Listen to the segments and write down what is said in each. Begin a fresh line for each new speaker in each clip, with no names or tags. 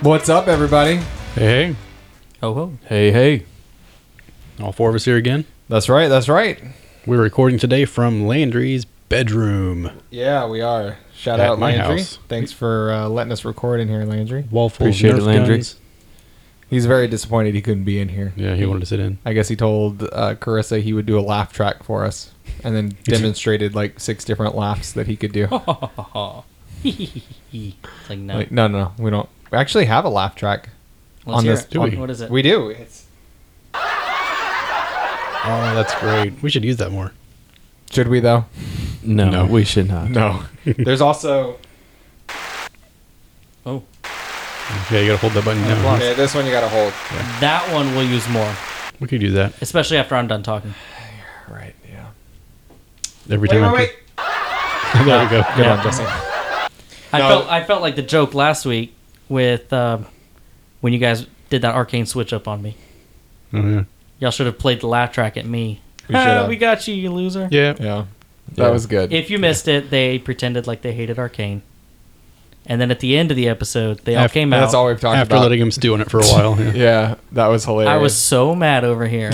What's up, everybody?
Hey,
Oh, ho.
hey, hey, hey. All four of us here again.
That's right. That's right.
We're recording today from Landry's bedroom.
Yeah, we are. Shout
At
out
my
Landry.
house.
Thanks for uh, letting us record in here, Landry.
Wall full
Appreciate
of
it,
Nerf
Landry.
guns.
He's very disappointed he couldn't be in here.
Yeah, he wanted to sit in.
I guess he told uh, Carissa he would do a laugh track for us, and then demonstrated like six different laughs that he could do.
It's like, no.
Like, no, no, no, we don't. We actually have a laugh track.
Let's
on
hear
this-
it.
Do we?
What is it?
We do. It's,
Oh, that's great. We should use that more.
should we though?
no,
No.
we should not.
No. There's also
Oh,
Yeah, you gotta hold that button down.
Unblock.
okay. This one you gotta hold.
that one we'll use more,
We could do that
especially after I'm done talking.
Right. Yeah.
every
Wait,
time.
wait, wait.
I could- there we go.
Good
Yeah.
one, Jesse.
I
No.
felt I felt like the joke last week with uh, when you guys did that arcane switch up on me.
Oh, yeah.
Y'all should have played the laugh track at me. Ah,
We should have.
we got you, you loser.
yeah.
Yeah. That was good.
If you missed it, they pretended like they hated arcane, and then at the end of the episode, they all
After-
came out.
That's all we've talked
After
about.
letting him stew on it for a while. Yeah.
Yeah, that was hilarious.
I was so mad over here.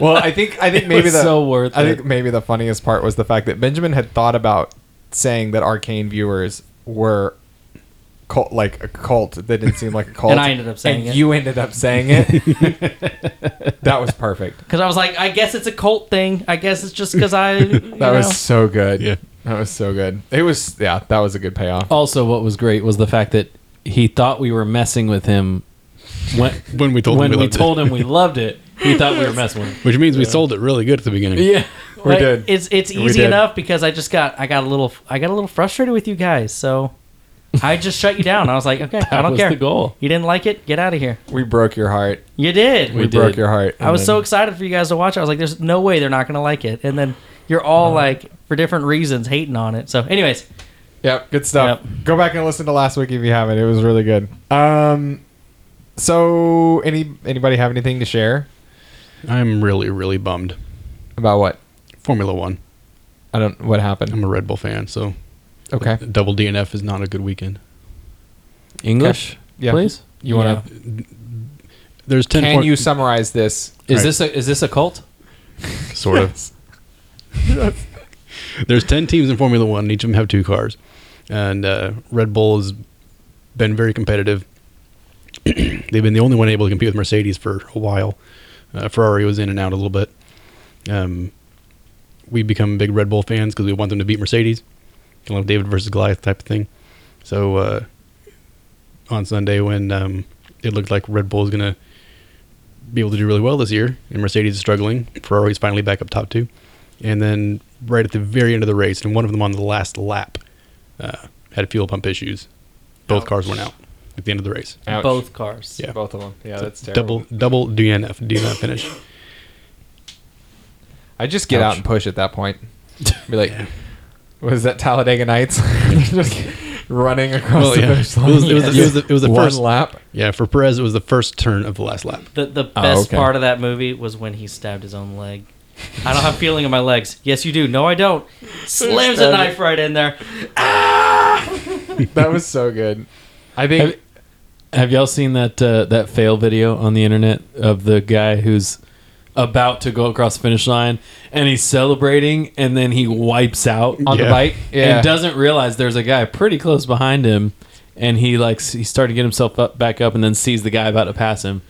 well. I think I think maybe
was
the
so worth
I
it.
think maybe the funniest part was the fact that Benjamin had thought about saying that arcane viewers were cult, like a cult that didn't seem like a cult,
And I ended up saying
and
it.
You ended up saying it. that was perfect.
Because I was like, I guess it's a cult thing. I guess it's just because I. that
That was so good.
Yeah.
That was so good. It was yeah. That was a good payoff.
Oh.
Also, what was great was the fact that he thought we were messing with him when,
When we told
when
him,
we
loved it.
told him we loved it. He thought we were messing with him.
which means we sold it really good at the beginning.
Yeah,
we
Like,
did.
It's it's
We
easy
did.
enough because I just got I got a little I got a little frustrated with you guys, so I just shut you down. I was like, okay,
that
I don't
was
care.
the goal.
You didn't like it, get out of here.
we broke your heart.
You did.
We,
We
broke
did.
your heart.
I was so excited for you guys to watch. it. I was like, there's no way they're not gonna like it, and then you're all like for different reasons hating on it. So, anyways,
Yep, good stuff. Go back and listen to last week if you haven't. It was really good. Um, so any anybody have anything to share
I'm really, really bummed.
about what?
Formula One.
I don't. What happened?
I'm a Red Bull fan, so
Okay.
double DNF is not a good weekend.
English,
Yeah.
please.
You want to?
There's ten.
Can
for-
you summarize this?
Is
Right.
this a is this a cult?
sort of. There's ten teams in Formula One. Each of them have two cars, and uh, Red Bull has been very competitive. They've been the only one able to compete with Mercedes for a while. Uh, Ferrari was in and out a little bit. Um, we become big Red Bull fans because we want them to beat Mercedes, kind of David versus Goliath type of thing. So uh, on Sunday, when um, it looked like Red Bull was going to be able to do really well this year, and Mercedes is struggling. Ferrari's finally back up top two, and then right at the very end of the race, and one of them on the last lap uh, had fuel pump issues. Both cars went out at the end of the race.
Ouch.
both cars.
Yeah.
Both of them. Yeah, that's
So
terrible. Oh,
Double double DNF DNF finish.
I just get out
Ouch.
and push at that point. Be like,
Yeah.
was that Talladega Nights? just running across
Well,
the
yeah.
finish
It
line.
was- it was- it was the- it was the
One
first-
lap.
Yeah, for Perez, it was the first turn of the last lap.
The the best
okay.
part of that movie was when he stabbed his own leg. I don't have feeling in my legs. Yes, you do. No, I don't. Slams a
Stabbed
knife right in there.
That was so good. I think.
Have y'all seen that uh, that fail video on the internet of the guy who's about to go across the finish line and he's celebrating and then he wipes out on
Yeah.
the bike
Yeah.
and doesn't realize there's a guy pretty close behind him and he like s- he started to get himself up back up and then sees the guy about to pass him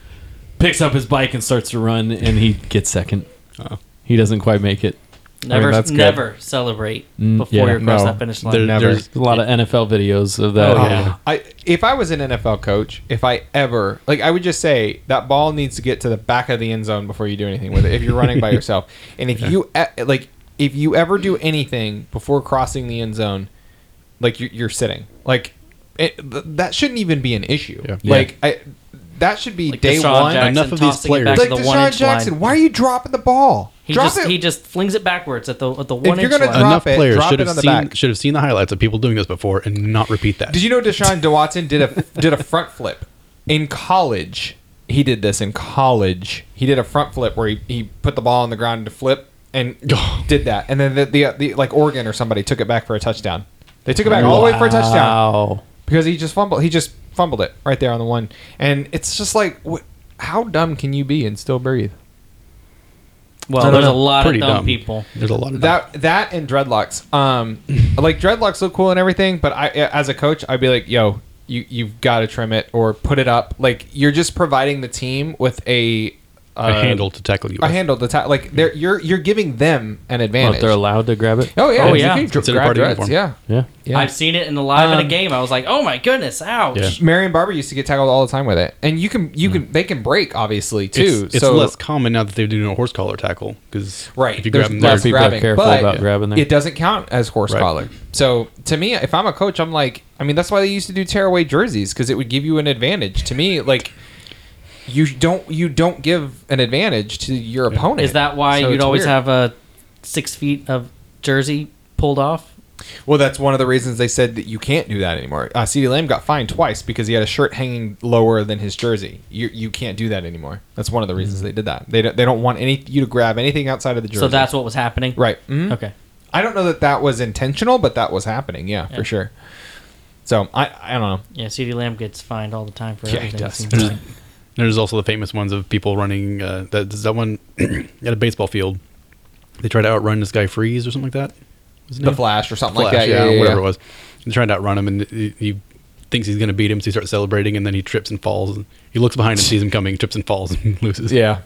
picks up his bike and starts to run and he gets second
Oh.
he doesn't quite make it
Never,
that's good.
never celebrate
Mm,
before
yeah.
you're across
No.
that finish line.
There-
never.
There's
a lot of NFL videos of that
Oh,
Oh,
yeah.
I if I was an NFL coach, if I ever like, I would just say that ball needs to get to the back of the end zone before you do anything with it. If you're running by yourself, and if you e- like, if you ever do anything before crossing the end zone, like you're, you're sitting, like it, th- that shouldn't even be an issue.
Yeah.
Like I, that should be
Like
day
Deshaun
one.
Jackson
enough of these
tossing it back
players.
to
Like
the one
Deshaun
inch
Jackson,
line.
why are you dropping the ball?
He
Drop
just
it.
he just flings it backwards at the at the
If
one
you're
inch
gonna
line.
drop
enough
it,
players
drop
should
it on
have
the
seen
back.
should have seen the highlights of people doing this before and not repeat that.
Did you know Deshaun Dawatson did a did a front flip in college? He did this in college. He did a front flip where he, he put the ball on the ground to flip and did that, and then the, the the like Oregon or somebody took it back for a touchdown. They took it back all the way for a touchdown
Wow.
because he just fumbled. He just fumbled it right there on the one, and it's just like, what, how dumb can you be and still breathe?
Well,
I don't
there's a
know.
lot
Pretty
of dumb,
dumb.
people.
There's a lot of that.
That that and dreadlocks. Um, like dreadlocks look cool and everything, but I as a coach, I'd be like, yo, you you've got to trim it or put it up. Like you're just providing the team with a uh,
a handle to tackle you.
a
with.
handle to ta- like they're you're you're giving them an
Well, if
advantage.
they're allowed to grab it.
oh yeah,
Oh,
you
yeah.
can dr-
Consider
grab
party
dreads,
uniform.
yeah.
Yeah.
yeah.
I've seen it in the live in
Um,
a game. I was like, oh my goodness, ouch.
Yeah.
Marion Barber used to get tackled all the time with it, and you can you can they can break obviously too.
It's, it's
so
less common now that they're doing a horse collar tackle because
right,
if you
there's
grab them,
less
they're
less
people are
grabbing,
careful
but
about grabbing there.
It doesn't count as horse
Right.
collar. So to me, if I'm a coach, I'm like, I mean, that's why they used to do tearaway jerseys because it would give you an advantage. To me, like you don't you don't give an advantage to your opponent.
Is that why
So
you'd
it's
always
weird.
have a six feet of jersey pulled off?
Well, that's one of the reasons they said that you can't do that anymore. Uh, CeeDee Lamb got fined twice because he had a shirt hanging lower than his jersey. You you can't do that anymore. That's one of the reasons they did that. They don't, they don't want any you to grab anything outside of the jersey.
Mm-hmm. So that's what was happening.
right. Mhm.
Okay.
I don't know that that was intentional, but that was happening. Yeah,
Yeah.
for sure. So I I don't know.
Yeah, CD Lamb gets fined all the time for
Yeah, he
everything. it
does.
seems
There's,
like.
there's also the famous ones of people running. Uh, that there's that one at a baseball field, they tried to outrun this guy Freeze or something like that. Was his
The
name?
flash or something
Flash,
like that.
yeah, whatever it was. He's trying to outrun him, and he, he thinks he's going to beat him, so he starts celebrating, and then he trips and falls. He looks behind him, sees him coming, trips and falls, and loses.
Yeah,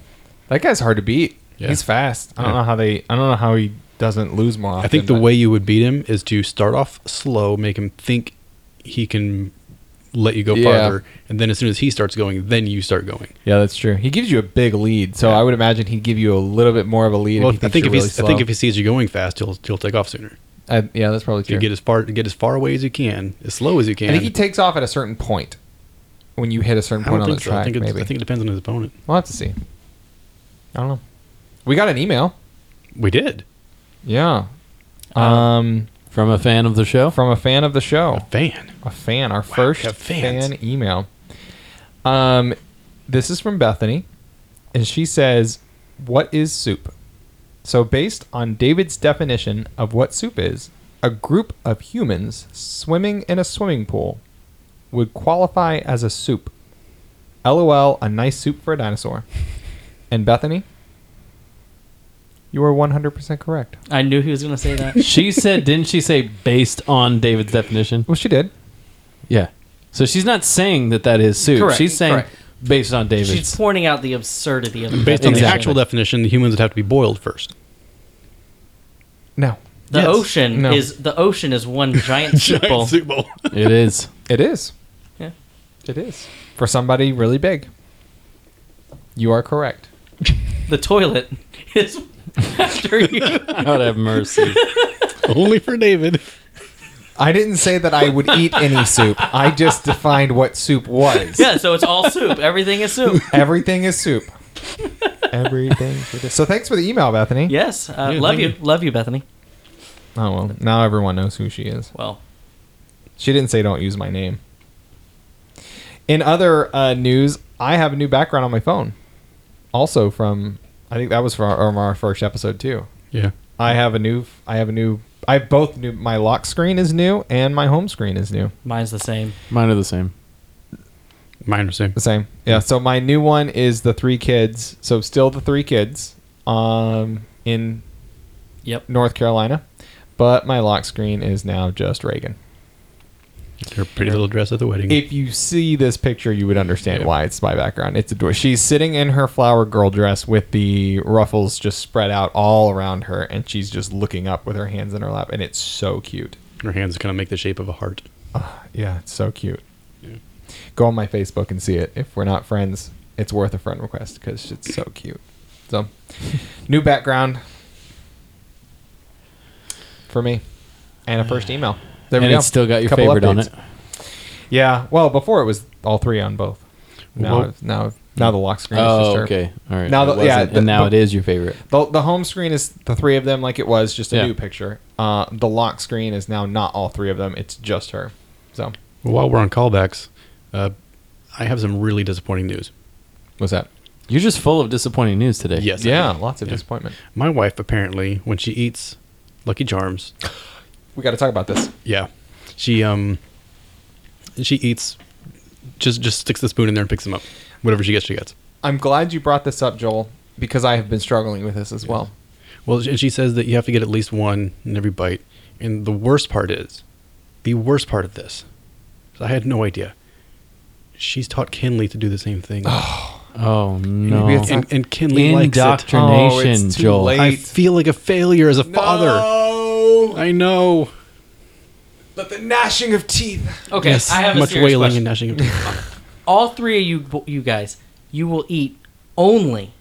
that guy's hard to beat.
Yeah.
He's fast. I don't
Yeah.
know how they. I don't know how he doesn't lose more often.
I think the
but-
way you would beat him is to start off slow, make him think he can let you go
Yeah.
farther, and then as soon as he starts going, then you start going.
Yeah, that's true. He gives you a big lead, so I would imagine he'd give you a little bit more of a lead.
Well,
if he
I think if
you're
he's,
really slow.
I think if he sees you going fast, he'll he'll take off sooner.
I, yeah, that's probably
If You
true.
get as far get as far away as you can, as slow as you
I
can.
think he takes off at a certain point when you hit a certain
I don't
point on the
think so. I
track.
think, it's,
maybe
I think it depends on his opponent.
we'll have to see. I don't know. We got an email.
We did.
Yeah, um,
From a fan of the show.
from a fan of the show,
Fan.
a fan, our first
we have fans.
fan email. Um, this is from Bethany, and she says, "What is soup?" So, based on David's definition of what soup is, a group of humans swimming in a swimming pool would qualify as a soup. LOL, a nice soup for a dinosaur. And Bethany, you are 100% correct.
I knew he was going to say that.
she said, didn't she say based on David's definition?
Well, she did.
Yeah. So she's not saying that that is soup.
Correct,
She's saying
correct.
based on David's.
She's pointing out the absurdity of
Based on the
Exactly.
actual definition, the humans would have to be boiled first.
No,
The
Yes.
ocean
No.
is the ocean is one giant soup
Giant
bowl.
soup bowl.
it is.
it is.
Yeah.
It is. For somebody really big. You are correct.
The toilet is after you.
God have mercy.
Only for David.
I didn't say that I would eat any soup. I just defined what soup was.
Yeah, so it's all soup. Everything is soup.
Everything is soup. Everything. So thanks for the email, Bethany.
Yes, uh,
Yeah,
love
thank
you, love you, Bethany.
Oh well, now everyone knows who she is.
Well,
She didn't say don't use my name. In other uh, news, I have a new background on my phone. Also from, I think that was from our, from our first episode too.
Yeah.
I have a new. I have a new. I have both new. My lock screen is new, and my home screen is new.
mine's the same.
Mine are the same.
Mine are same.
The same. Yeah. So my new one is the three kids. So still the three kids. Um, in
Yep.
North Carolina, but my lock screen is now just Reagan.
Her pretty little dress at the wedding.
If you see this picture, you would understand
Yeah.
why it's my background. It's adorable. She's sitting in her flower girl dress with the ruffles just spread out all around her, and she's just looking up with her hands in her lap, and it's so cute.
Her hands kind of make the shape of a heart.
Yeah, it's so cute. Go on my Facebook and see it. If we're not friends, it's worth a friend request because it's so cute. So, new background for me, and a first email. There we
and
go.
it's still got your
Couple
favorite on
updates.
it.
Yeah. Well, before it was all three on both. Now,
Well-
now, now the lock screen. is just
Oh,
her.
okay. All right.
Now
It
the- yeah,
wasn't,
the-
and now
but-
it is your favorite.
The, the home screen is the three of them, like it was just a
Yeah.
new picture. Uh, the lock screen is now not all three of them; it's just her. So,
Well, while we're on callbacks, uh, I have some really disappointing news.
what's that?
You're just full of disappointing news today.
Yes.
yeah, lots of
Yeah.
disappointment.
My wife apparently, when she eats Lucky Charms,
We got to talk about this.
yeah, she um, she eats just just sticks the spoon in there and picks them up. Whatever she gets, she gets.
I'm glad you brought this up, Joel, because I have been struggling with this as well.
Well, and she says that you have to get at least one in every bite. And the worst part is, the worst part of this, 'cause I had no idea. She's taught Kinley to do the same thing,
Oh no!
it's
and, and Kinley likes it.
Indoctrination,
Oh, it's too
Joel.
late.
I feel like a failure as a father.
No,
I know.
but the gnashing of teeth.
Okay,
Yes,
I have a
much
serious
wailing
question.
and gnashing of teeth.
All three of you, you guys, you will eat only,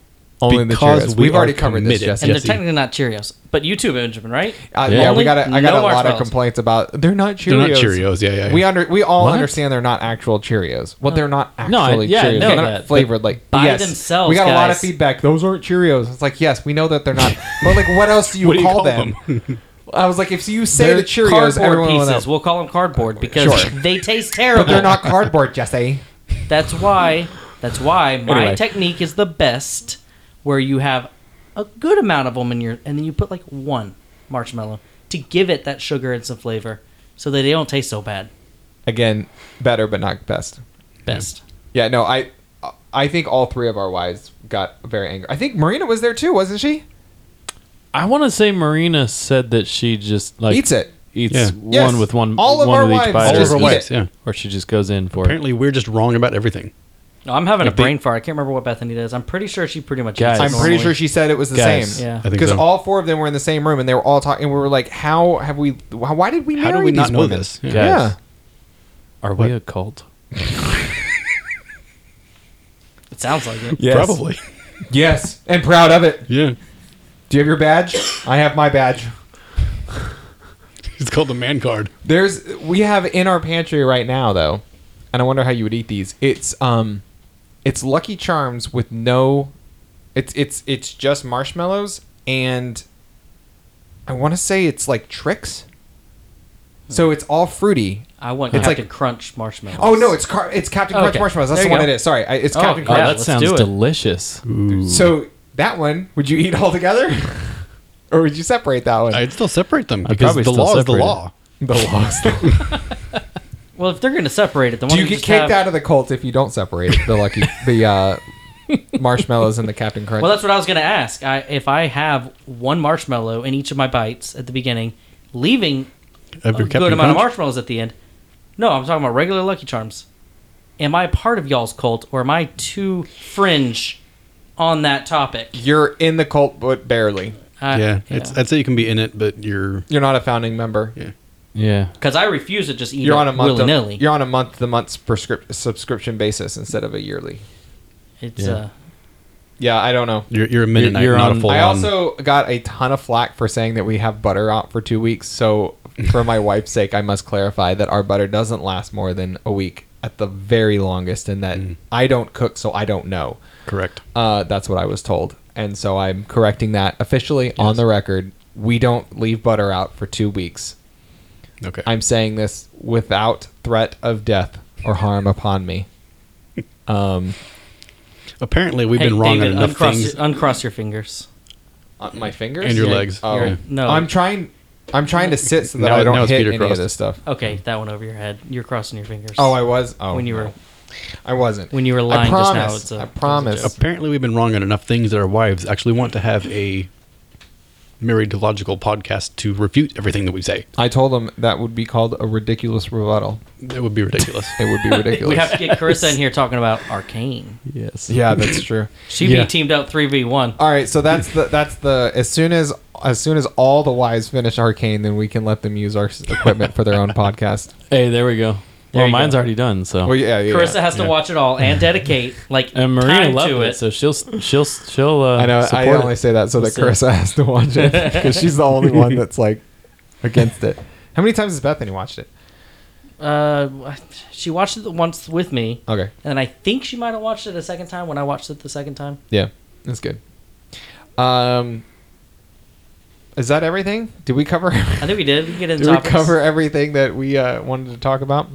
Only
Because
the Cheerios.
we
We've already
are
covered
committed.
this,
and
Jesse.
they're technically not Cheerios, but you too, Benjamin, right?
Uh, yeah,
Only
we got. A, I got
no
a lot of
marshmallows.
complaints about they're not Cheerios.
They're not Cheerios. Yeah, yeah. yeah.
We under we all
What?
understand they're not actual Cheerios. Well, they're not
No, I-
actually
yeah, I
Cheerios.
know
They're
that,
not
but
flavored like
by
yes.
themselves,
We got a lot of
guys.
feedback. Those aren't Cheerios. It's like yes, we know that they're not. but like, what else do you,
What do you
call,
call
them? I was like, if you say
They're
the Cheerios,
cardboard
everyone will know.
pieces. We'll call them cardboard because
Sure.
they taste
But
terrible.
they're not cardboard, Jesse.
That's why. That's why my
Anyway.
technique is the best, where you have a good amount of them in your, and then you put like one marshmallow to give it that sugar and some flavor, so that they don't taste so bad.
Again, better but not best.
Best.
Yeah, no, I I think all three of our wives got very angry. I think Marina was there too, wasn't she?
I want to say Marina said that she just like
Eats it.
eats
Yeah.
one
Yes.
with one,
All of
one
our
with
wives
each bite,
all
just
of our
eat
wives.
it.
Yeah.
or she just goes in for it.
Apparently, we're just wrong about everything.
No, I'm having a
Like they-
brain fart. I can't remember what Bethany does. I'm pretty sure she pretty much.
Guys.
eats it
I'm pretty
normally.
sure she said it was the
Guys.
same.
Yeah. I
think
because
so.
all four of them were in the same room and they were all talking. And we were like, "How have we? why- Why did we?
How do
marry
we not
these
know
women?
this?
Yeah.
Yeah.
Guys. Are
What?
we a cult?
It sounds like it.
Yes.
Probably.
Yes, and proud of it.
Yeah.
Do you have your badge? I have my badge.
It's called the man card.
There's we have in our pantry right now though, and I wonder how you would eat these. It's um, it's Lucky Charms with no, it's it's it's just marshmallows and I want to say it's like tricks. So it's all fruity.
I want
It's
Captain
like-
Crunch marshmallows.
Oh no, it's car- it's Captain Crunch
Okay.
marshmallows. That's
There
the
you
one
go.
it is. Sorry, I, it's
Oh,
Captain
yeah.
Crunch.
oh, that
let's
sounds
do it.
delicious.
So that one, would you eat all together, or would you separate that one?
I'd still separate them
I'd
because
probably
the
still
law is the
separate it.
law.
the lost.
Well, if they're going to separate it, the one
Do you get
just
kicked
have-
out of the cult if you don't separate the lucky the uh, marshmallows and the Captain Crunch?
Well, that's what I was going to ask. I, if I have one marshmallow in each of my bites at the beginning, leaving
Of
a
your
good
Captain
amount of
Crunch?
marshmallows at the end. No, I'm talking about regular Lucky Charms. Am I part of y'all's cult, or am I too fringe on that topic?
You're in the cult, but barely.
I,
yeah, it's, I'd say you can be in it, but you're
You're not a founding member.
Yeah.
because I refuse to just eat
You're on a month.
willy
To,
nilly.
you're on a month to month prescrip- subscription basis instead of a yearly.
It's
Yeah.
uh,
Yeah, I don't know.
you're, you're a Mennonite,
you're
not
on-
a full
I
on.
also got a ton of flack for saying that we have butter out for two weeks. So, for my wife's sake, I must clarify that our butter doesn't last more than a week at the very longest, and that I don't cook, so I don't know.
correct.
Uh, that's what I was told, and so I'm correcting that officially on the record. We don't leave butter out for two weeks.
Okay.
I'm saying this without threat of death or harm upon me. Um,
Apparently, we've
hey,
been wrong
David,
on enough
uncross,
things.
Uncross your fingers.
on Uh, my fingers
And your legs.
Oh
Yeah.
No.
I'm trying. I'm trying to sit so that
Now-
I
now
don't
it's
hit
Peter
any of
crossed.
this stuff.
Okay, that one over your head. You're crossing your fingers.
Oh, I was. Oh,
Oh. when you were
no. I wasn't.
when you were
I
lying just now.
promise.
It's a,
I
it was a
promise.
joke.
Apparently, we've been wrong on enough things that our wives actually want to have a married to logical podcast to refute everything that we say.
I told them that would be called a ridiculous rebuttal.
That would be ridiculous.
It would be ridiculous.
We have to get Carissa in here talking about Arcane.
Yes.
yeah, that's true.
She
Yeah.
be teamed up three v one.
All right, so that's the that's the as soon as as soon as all the wives finish Arcane, then we can let them use our s- equipment for their own podcast.
Hey, there we go.
There
well,
you
mine's
go.
already done. So.
Well, yeah, yeah. yeah.
Carissa has to watch it all and dedicate like
and Marina
time
loves
to
it, so she'll she'll she'll. Uh,
I know. I
support
only
it.
say that so that
Let's see.
Carissa has to watch it because she's the only one that's like against it. How many times has Bethany watched it?
Uh, she watched it once with me,
Okay,
and I think she might have watched it a second time when I watched it the second time.
yeah, that's good. Um, is that everything? Did we cover?
I think we did. We can get into
Did we
topics.
cover everything that we uh, wanted to talk about?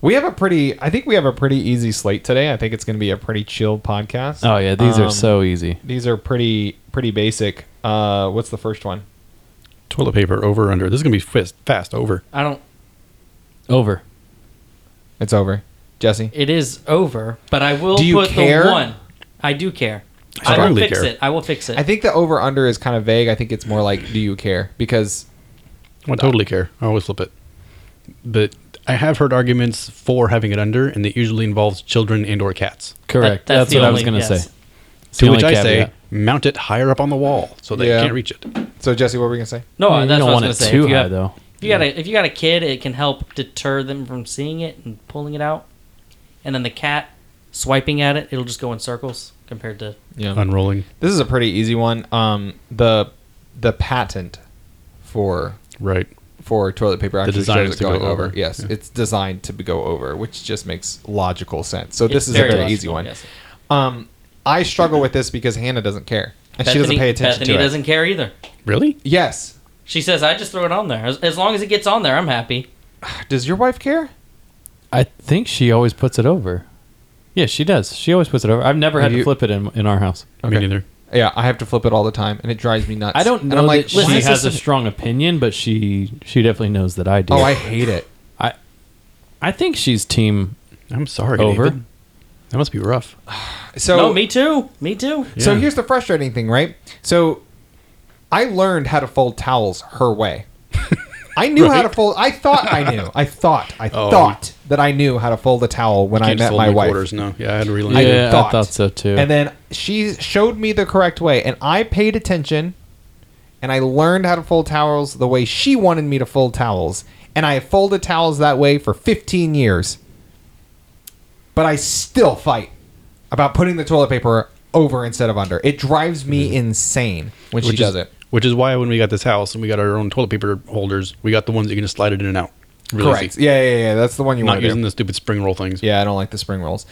We have a pretty. I think we have a pretty easy slate today. I think it's going to be a pretty chill podcast.
Oh yeah, these
Um,
are so easy.
These are pretty pretty basic. Uh, what's the first one?
Toilet paper over or under. This is gonna be fast, fast over.
I don't.
Over.
It's over. Jesse?
It is over, but I will
Do you
put
care?
the one. I do care. I, will
strongly
fix
care.
it. I will fix it.
I think the over under is kind of vague. I think it's more like, do you care? Because
I totally care. I always flip it. But I have heard arguments for having it under, and it usually involves children and or cats.
Correct.
That- that's
that's
the
what I was
only-
going to
yes.
say. It's the
To which
only
I say,
caveat.
mount it higher up on the wall so they
Yeah.
can't reach it.
so Jesse, what were we gonna say?
no,
you
that's
don't
what
want
I
it
was gonna say.
too
if you
high
have,
though.
If you got a if you got a kid, it can help deter them from seeing it and pulling it out. And then the cat swiping at it, it'll just go in circles compared to
Yeah.
Unrolling
This is a pretty easy one. Um, the the patent for
right.
for toilet paper actually
design
shows
is
it
to go
going over.
over.
Yes,
Yeah.
it's designed to be- go over, which just makes logical sense. So
It's
this is a
very
very
logical,
easy one.
yes.
Um, I struggle with this because Hannah doesn't care and she doesn't pay attention
Bethany
to it.
doesn't care either.
Really?
Yes.
She says, "I just throw it on there. As, as long as it gets on there, I'm happy."
Does your wife care?
I think she always puts it over. Yeah, she does. She always puts it over. I've never had
You-
to flip it in, in our house.
Me
Okay.
neither.
Yeah, I have to flip it all the time, and it drives me nuts.
I don't
And
know
I'm
that
like,
she
"Why is
has a
this-
strong opinion, but she she definitely knows that I do.
Oh, I hate it.
I I think she's team
I'm sorry.
Over.
David. That must be rough.
So
no, me too. Me too.
So
Yeah.
here's the frustrating thing, right? So I learned how to fold towels her way. I knew how to fold. I thought I knew. I thought. I
Oh.
thought that I knew how to fold a towel when I
Can't just
met
fold
my
into
wife.
Quarters. No. Yeah, I had to relearn.
I
Yeah, I
thought.
thought so too.
And then she showed me the correct way, and I paid attention, and I learned how to fold towels the way she wanted me to fold towels, and I folded towels that way for 15 years. But I still fight about putting the toilet paper over instead of under. It drives me insane when she
Mm-hmm. Which
does
is,
it.
Which is why when we got this house and we got our own toilet paper holders, we got the ones that you can just slide it in and out. Really
Correct.
easy.
Yeah, yeah, yeah. That's the one you
Not
want to do.
using the stupid spring roll things.
Yeah, I don't like the spring rolls.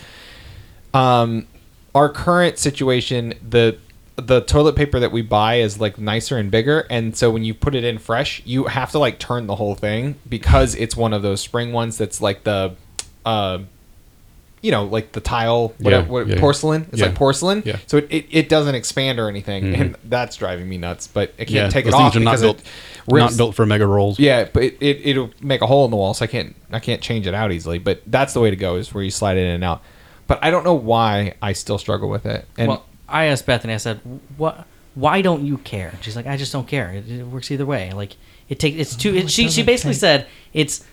Um, our current situation, the the toilet paper that we buy is like nicer and bigger, and so when you put it in fresh, you have to like turn the whole thing because it's one of those spring ones that's like the, uh, you know, like the tile, whatever,
Yeah,
what-
yeah, yeah.
porcelain. It's
Yeah.
like porcelain,
Yeah. Mm-hmm.
so it, it, it doesn't expand or anything, and that's driving me nuts. But I can't
Yeah,
take it
those
off
things are not
because
built,
it
not
rips-
built for mega rolls.
yeah, but it, it it'll make a hole in the wall, so I can't I can't change it out easily. But that's the way to go is where you slide it in and out. But I don't know why I still struggle with it. And
well, I asked Bethany. I said, "What? Why don't you care?" She's like, "I just don't care. It, it works either way. Like it takes. It's too. It, she she basically said it's.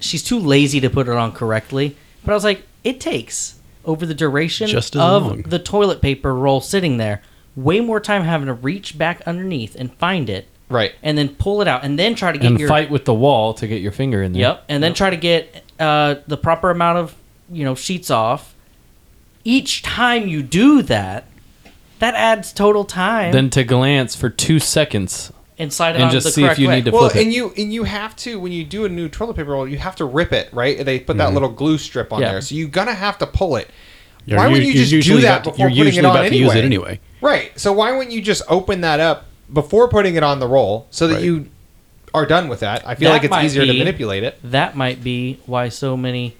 She's too lazy to put it on correctly. But I was like, it takes over the duration
Just as
of
long.
the toilet paper roll sitting there. Way more time having to reach back underneath and find it,
right,
and then pull it out, and then try to get
and
your
fight with the wall to get your finger in there.
Yep, and then try to get uh, the proper amount of you know sheets off. Each time you do that, that adds total time.
Then to glance for two seconds.
and slide it
and
on
just
the
see if
correct
you
way.
need to-
well,
flip it.
and you and you have to when you do a new toilet paper roll, you have to rip it right. They put that little glue strip on
Yeah.
there, so you're gonna have to pull it.
You're
why
u-
wouldn't you
you're
just do
usually
that
about to-
before
you're
putting
usually
it on
about to
anyway?
use it anyway.
Right. So why wouldn't you just open that up before putting it on the roll so that
Right.
you are done with that? I feel
That
like it's
might
easier to
be-
manipulate it.
that might be why so many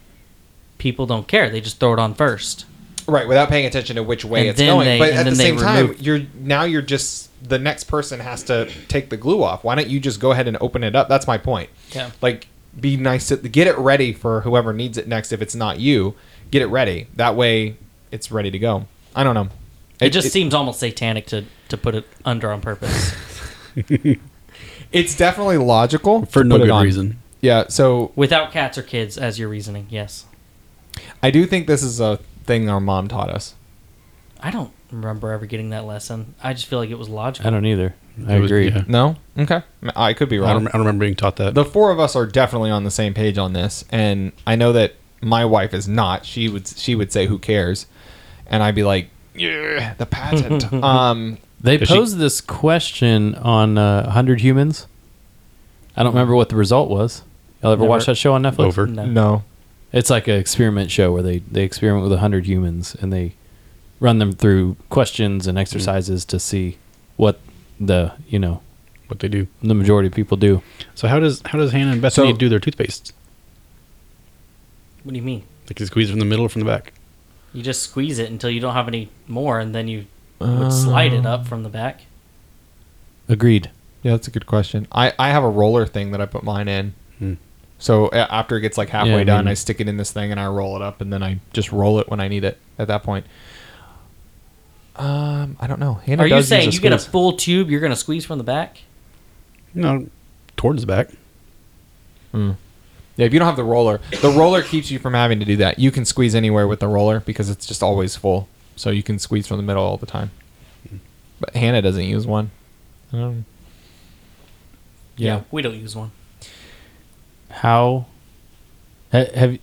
people don't care. They just throw it on first.
Right, without paying attention to which way
And
it's
then
going.
they-
but
and
at the
then they
same time,
remove-
you're now you're just the next person has to take the glue off. Why don't you just go ahead and open it up? That's my point.
Yeah.
Like be nice to get it ready for whoever needs it next if it's not you. Get it ready. That way it's ready to go. I don't know.
It, just seems almost satanic to to put it under on purpose.
it's definitely logical
For
to
no
put it
good
on.
reason.
Yeah, so
Without cats or kids as your reasoning, yes.
I do think this is a thing our mom taught us.
I don't remember ever getting that lesson. I just feel like it was logical.
I don't either. I
It was-
agree.
yeah.
No? Okay. I could be
I,
wrong.
don't, I don't remember being taught that.
the four of us are definitely on the same page on this, and I know that my wife is not. She would she would say, "Who cares?" And I'd be like, "Yeah, the patent." um,
They
Does she-
posed this question on uh, 100 Humans. I don't remember what the result was. Y'all ever
Never.
watch that show on Netflix?
Over.
No.
no,
It's like an experiment show where they, they experiment with 100 humans and they run them through questions and exercises to see what the, you know,
What they do.
the majority of people do.
So how does how does Hannah and Bethany
So-
do their toothpaste?
What do you mean?
They can squeeze it from the middle or from the back.
You just squeeze it until you don't have any more, and then you would slide
Um,
it up from the back.
Agreed.
Yeah, that's a good question. I I have a roller thing that I put mine in, So a- after it gets like halfway
Yeah, I
done,
mean-
I stick it in this thing and I roll it up, and then I just roll it when I need it at that point. Um, I don't know. Hannah
Are you
does use
saying
a
you get a
squeeze.
full tube? You're gonna squeeze from the back?
No, towards the back.
Yeah, if you don't have the roller, the roller keeps you from having to do that. You can squeeze anywhere with the roller because it's just always full. So you can squeeze from the middle all the time. But Hannah doesn't use one. Um, yeah.
we don't use one.
How ha- have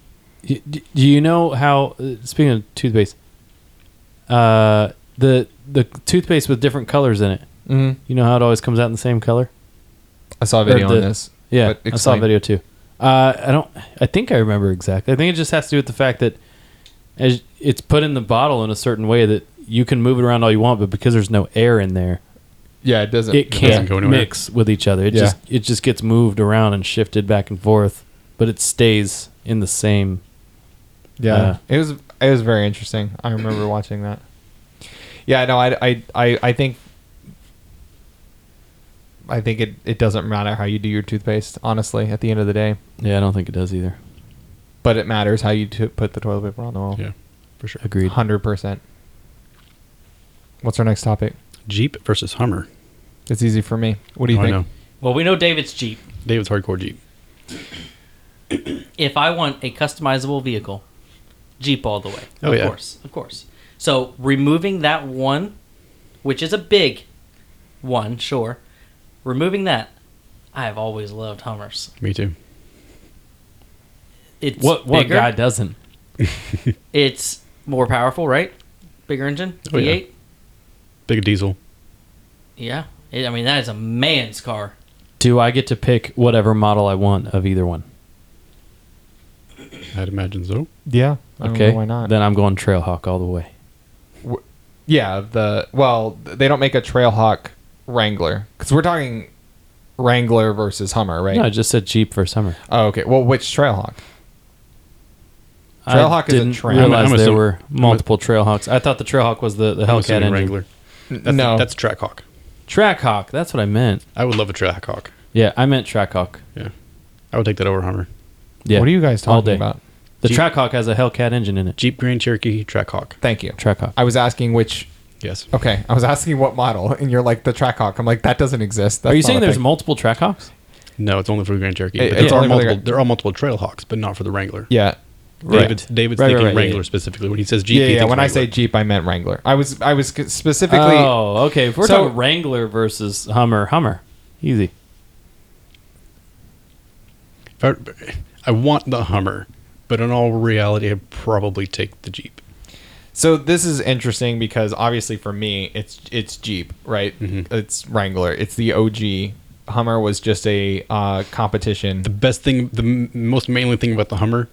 y- d- do you know how? uh, Speaking of toothpaste, uh, the the toothpaste with different colors in it.
Mhm.
You know how it always comes out in the same color.
I saw a video
the-
on this.
Yeah,
But
I saw a
explain.
video too. Uh, I don't. I think I remember exactly. I think it just has to do with the fact that as it's put in the bottle in a certain way that you can move it around all you want, but because there's no air in there,
Yeah, it doesn't.
it
doesn't
can't
go anywhere.
mix with each other. It
Yeah.
just it just gets moved around and shifted back and forth, but it stays in the same.
Yeah,
Uh,
it was it was very interesting. I remember watching that. Yeah, no, I I I, I think I think it, it doesn't matter how you do your toothpaste, honestly, at the end of the day.
Yeah, I don't think it does either.
But it matters how you t- put the toilet paper on the roll.
Yeah, for sure.
Agreed.
Hundred percent. What's our next topic?
Jeep versus Hummer.
It's easy for me. What do you
Oh, I
think?
know.
Well, we know David's Jeep.
David's hardcore Jeep.
If I want a customizable vehicle, Jeep all the way.
Oh,
of
yeah.
course, of course. So removing that one, which is a big one, sure. Removing that, I have always loved Hummers.
Me too.
It's
What what
bigger.
guy doesn't?
It's more powerful, right? Bigger engine,
Oh, yeah.
V8.
Big diesel.
Yeah, It- I mean that is a man's car.
Do I get to pick whatever model I want of either one?
I'd imagine so.
Yeah. I don't
Okay,
know why not?
Then I'm going Trailhawk all the way.
yeah. The well, th- they don't make a Trailhawk Wrangler because we're talking Wrangler versus Hummer, right?
No, I just said Jeep for summer.
Oh, okay. Well, which Trailhawk?
I
Trailhawk is a
didn't
tram.
I'm
realize there
assuming-
were multiple Trailhawks. I thought the Trailhawk was the, the
I'm
Hellcat
assuming
engine.
Wrangler. That's
no,
that's Trackhawk.
Trackhawk. That's what I meant.
I would love a Trackhawk.
Yeah, I meant Trackhawk.
Yeah, I would take that over Hummer.
Yeah.
What are you guys
All
talking
day.
about?
The
Jeep-
Trackhawk has a Hellcat engine in it.
Jeep Grand Cherokee Trackhawk.
Thank you.
Trackhawk.
I was asking which.
Yes.
Okay, I was asking what model, and you're like the Trackhawk. I'm like that doesn't exist. That's
Are you
not
saying
a
there's
thing.
multiple Trackhawks?
No, it's only for the Grand Cherokee.
It-
but
it's
there, are
only for the
multiple,
Grand-
there are multiple Trailhawks, but not for the Wrangler.
Yeah.
David's,
Right.
David's
Right, right,
thinking
right, yeah,
Wrangler
yeah.
specifically. When he says Jeep,
Yeah,
he
yeah.
thinks
When I say
Wrangler.
Jeep, I meant Wrangler. I was I was specifically.
oh, okay. If we're
So-
talking Wrangler versus Hummer, Hummer. Easy.
If I, I want the Hummer, but in all reality, I'd probably take the Jeep.
So this is interesting because obviously for me it's it's Jeep, right?
Mm-hmm.
It's Wrangler. It's the OG. Hummer was just a uh, competition.
The best thing, the m- most mainly thing about the Hummer,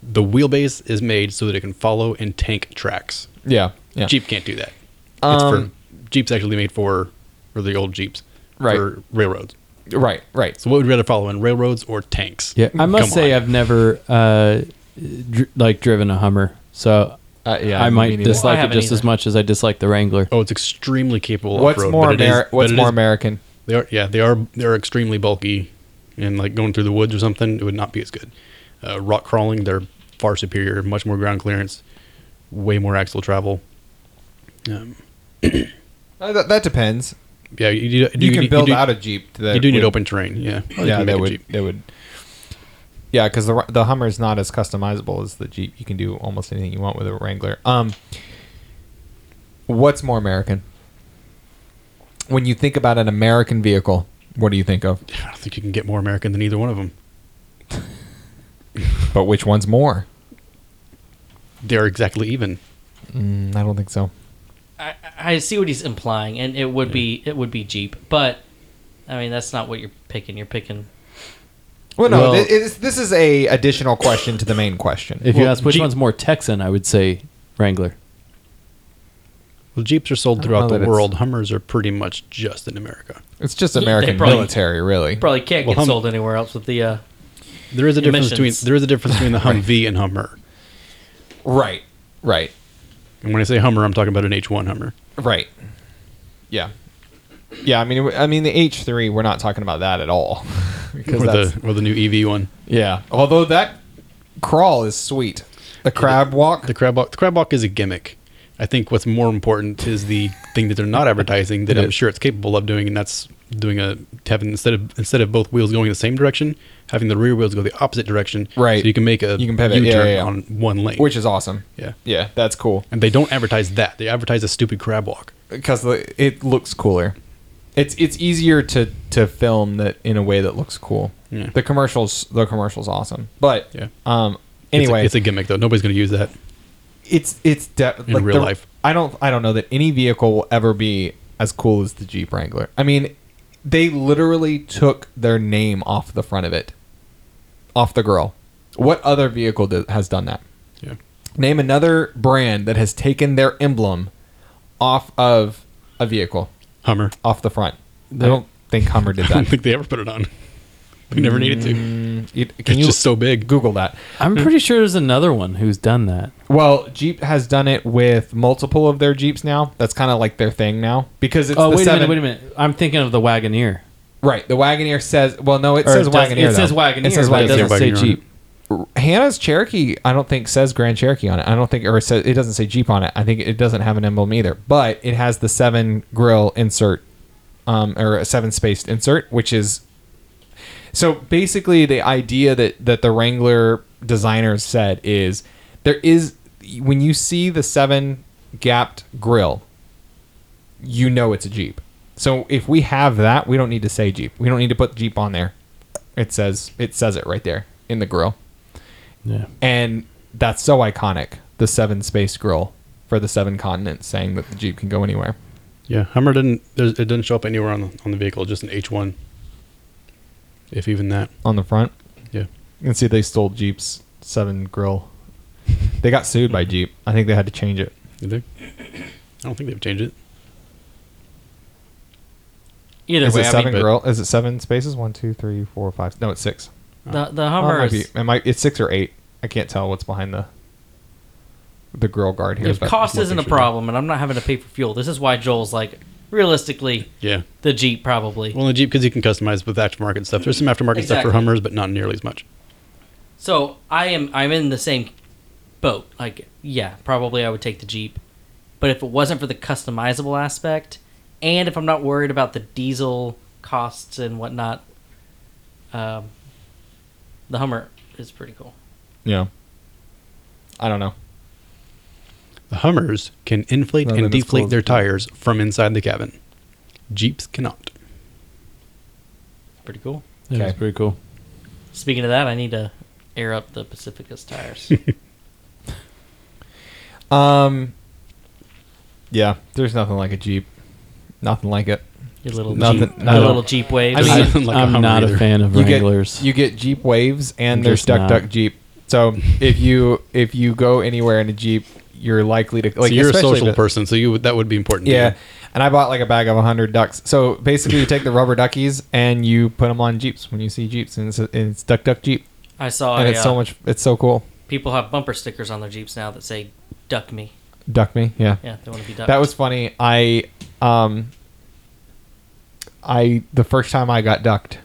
the wheelbase is made so that it can follow and tank tracks.
yeah, yeah.
Jeep can't do that.
Um,
it's for Jeep's actually made for, or the old Jeeps,
Right.
for railroads.
Right, right.
So what would you rather follow in railroads or tanks?
Yeah, I must
Come
say
on.
I've never uh, dr- like driven a Hummer, so
Uh, yeah,
I
me
might
neither.
Well, I
dislike it
haven't
just as
either.
much as I dislike the Wrangler.
Oh, it's extremely capable.
What's
off-road,
more
but it is-
Ameri- What's
but it
more
is-
American?
They are, yeah, they are. They are extremely bulky, and like going through the woods or something, it would not be as good. Uh, rock crawling, they're far superior. Much more ground clearance, way more axle travel. Um,
Uh, that, that depends.
yeah, you, do- do-
You, can
do-
build
do-
out a Jeep. That
You do need
would-
open terrain. Yeah, Well, Oh, you
yeah, that
can make a
would
Jeep.
that would. Yeah, because the the Hummer is not as customizable as the Jeep. You can do almost anything you want with a Wrangler. Um, what's more American? When you think about an American vehicle, what do you think of?
I don't think you can get more American than either one of them.
But which one's more?
They're exactly even.
Mm, I don't think so.
I, I see what he's implying, and it would be it would be Jeep, but I mean that's not what you're picking. You're picking
Well, no,
Well-
thi- it's- this is a additional question to the main question.
If you
Well,
ask which
Jeep-
one's more Texan, I would say Wrangler.
Well, Jeeps are sold
I don't
throughout
know
the
that it's-
world. Hummers are pretty much just in America.
it's just
They
American
probably-
military, really.
probably can't
Well,
get
hum-
sold anywhere else with the. Uh,
There is a difference between
Emissions.
there is a difference between the Humvee and Hummer.
Right, right,
And when I say Hummer, I'm talking about an H1 Hummer.
right. Yeah, yeah. I mean, I mean the H three. We're not talking about that at all. because
with
that's
the with the new EV one.
Yeah.
although that crawl is sweet. The crab walk.
The crab walk. The crab walk is a gimmick. I think what's more important is the thing that they're not advertising that I'm sure it's capable of doing, and that's doing a having instead of instead of both wheels going in the same direction, having the rear wheels go the opposite direction.
Right.
So you can make a
You can pivot. Yeah,
U-turn
yeah, yeah.
on one lane.
which is awesome.
Yeah.
yeah, that's cool
and they don't advertise that. They advertise a stupid crab walk.
because it looks cooler. It's it's easier to to film that in a way that looks cool.
Yeah.
The commercials the commercials awesome, but
Yeah.
Um.
It's a-
Anyway,
it's a, gimmick though. Nobody's going to use that.
it's it's de-
In real life.
I don't I don't know that any vehicle will ever be as cool as the Jeep Wrangler. I mean, they literally took their name off the front of it, off the girl. What other vehicle do, has done that?
Yeah.
Name another brand that has taken their emblem off of a vehicle,
Hummer.
off the front.
They-
I don't think Hummer did
I don't
that.
think they ever put it on. We never needed to.
You- can
it's
you
just so big.
Google that?
I'm pretty sure there's another one who's done that.
Well, Jeep has done it with multiple of their Jeeps now. That's kind of like their thing now because it's
oh
the
wait
seven.
a minute, wait a minute. I'm thinking of the Wagoneer.
Right. The Wagoneer says, well, no, it
Or
says
it does-
Wagoneer.
it says
though.
Wagoneer,
It says
but it
Wagoneer.
doesn't say
Wagoneer on
Jeep.
Hannah's Cherokee, I don't think says Grand Cherokee on it. I don't think, or it, says, it doesn't say Jeep on it. I think it doesn't have an emblem either. But it has the seven grill insert, um, or a seven spaced insert, which is so basically the idea that that the Wrangler designers said is there is when you see the seven gapped grill, you know it's a Jeep. So if we have that, we don't need to say Jeep. We don't need to put Jeep on there. It says it says it right there in the grill.
Yeah.
And that's so iconic. The seven space grill for the seven continents saying that the Jeep can go anywhere.
Yeah, Hummer didn't. There's, it didn't show up anywhere on the on the vehicle. Just an H one, if even that.
On the front.
Yeah,
You can see they stole Jeep's seven grill. They got sued by Jeep. I think they had to change it.
did they? I don't think they've changed it.
Either
Is
way,
it
I
seven
mean,
but-
grill? Is it seven spaces? One, two, three, four, five. No, it's six.
the the
Oh, it
Hummer
might be-
is,
it might- it's six or eight. I can't tell what's behind the the grill guard here.
if
but-
cost
what
isn't
they
a
should do.
problem, and I'm not having to pay for fuel. This is why Joel's like, realistically,
Yeah.
the Jeep probably.
Well, the Jeep because you can customize with aftermarket stuff. There's some aftermarket stuff for
Exactly.
Hummers, but not nearly as much.
So I am I'm in the same boat. Like yeah, probably I would take the Jeep. But if it wasn't for the customizable aspect, and if I'm not worried about the diesel costs and whatnot, um, the Hummer is pretty cool.
yeah, I don't know.
The Hummers can inflate
No,
and
then it's
deflate
cool.
their tires from inside the cabin. Jeeps cannot.
Pretty cool.
Yeah,
Okay.
That's pretty cool.
Speaking of that, I need to air up the Pacifica's tires.
Um, yeah, there's nothing like a Jeep. Nothing like it.
Your little
Nothing-
Jeep,
no.
your little Jeep waves.
I
mean,
mean,
sound like a
I'm
Hummer
not
either.
a fan of
you
Wranglers.
get you get Jeep waves and there's
Just
Duck
not.
Duck Jeep. So if you if you go anywhere in a Jeep, you're likely to like
so you're a
especially
social
if it-
person, so you would- that would be important. to
Yeah.
you.
And I bought like a bag of 100 ducks. So basically, you take the rubber duckies and you put them on Jeeps when you see Jeeps, and it's, and it's Duck Duck Jeep.
I saw
and
a,
it's so
uh,
much, it's so cool.
people have bumper stickers on their Jeeps now that say "Duck me."
Duck me. Yeah.
Yeah, they want to be ducked.
That was funny. I, um, I, the first time I got ducked,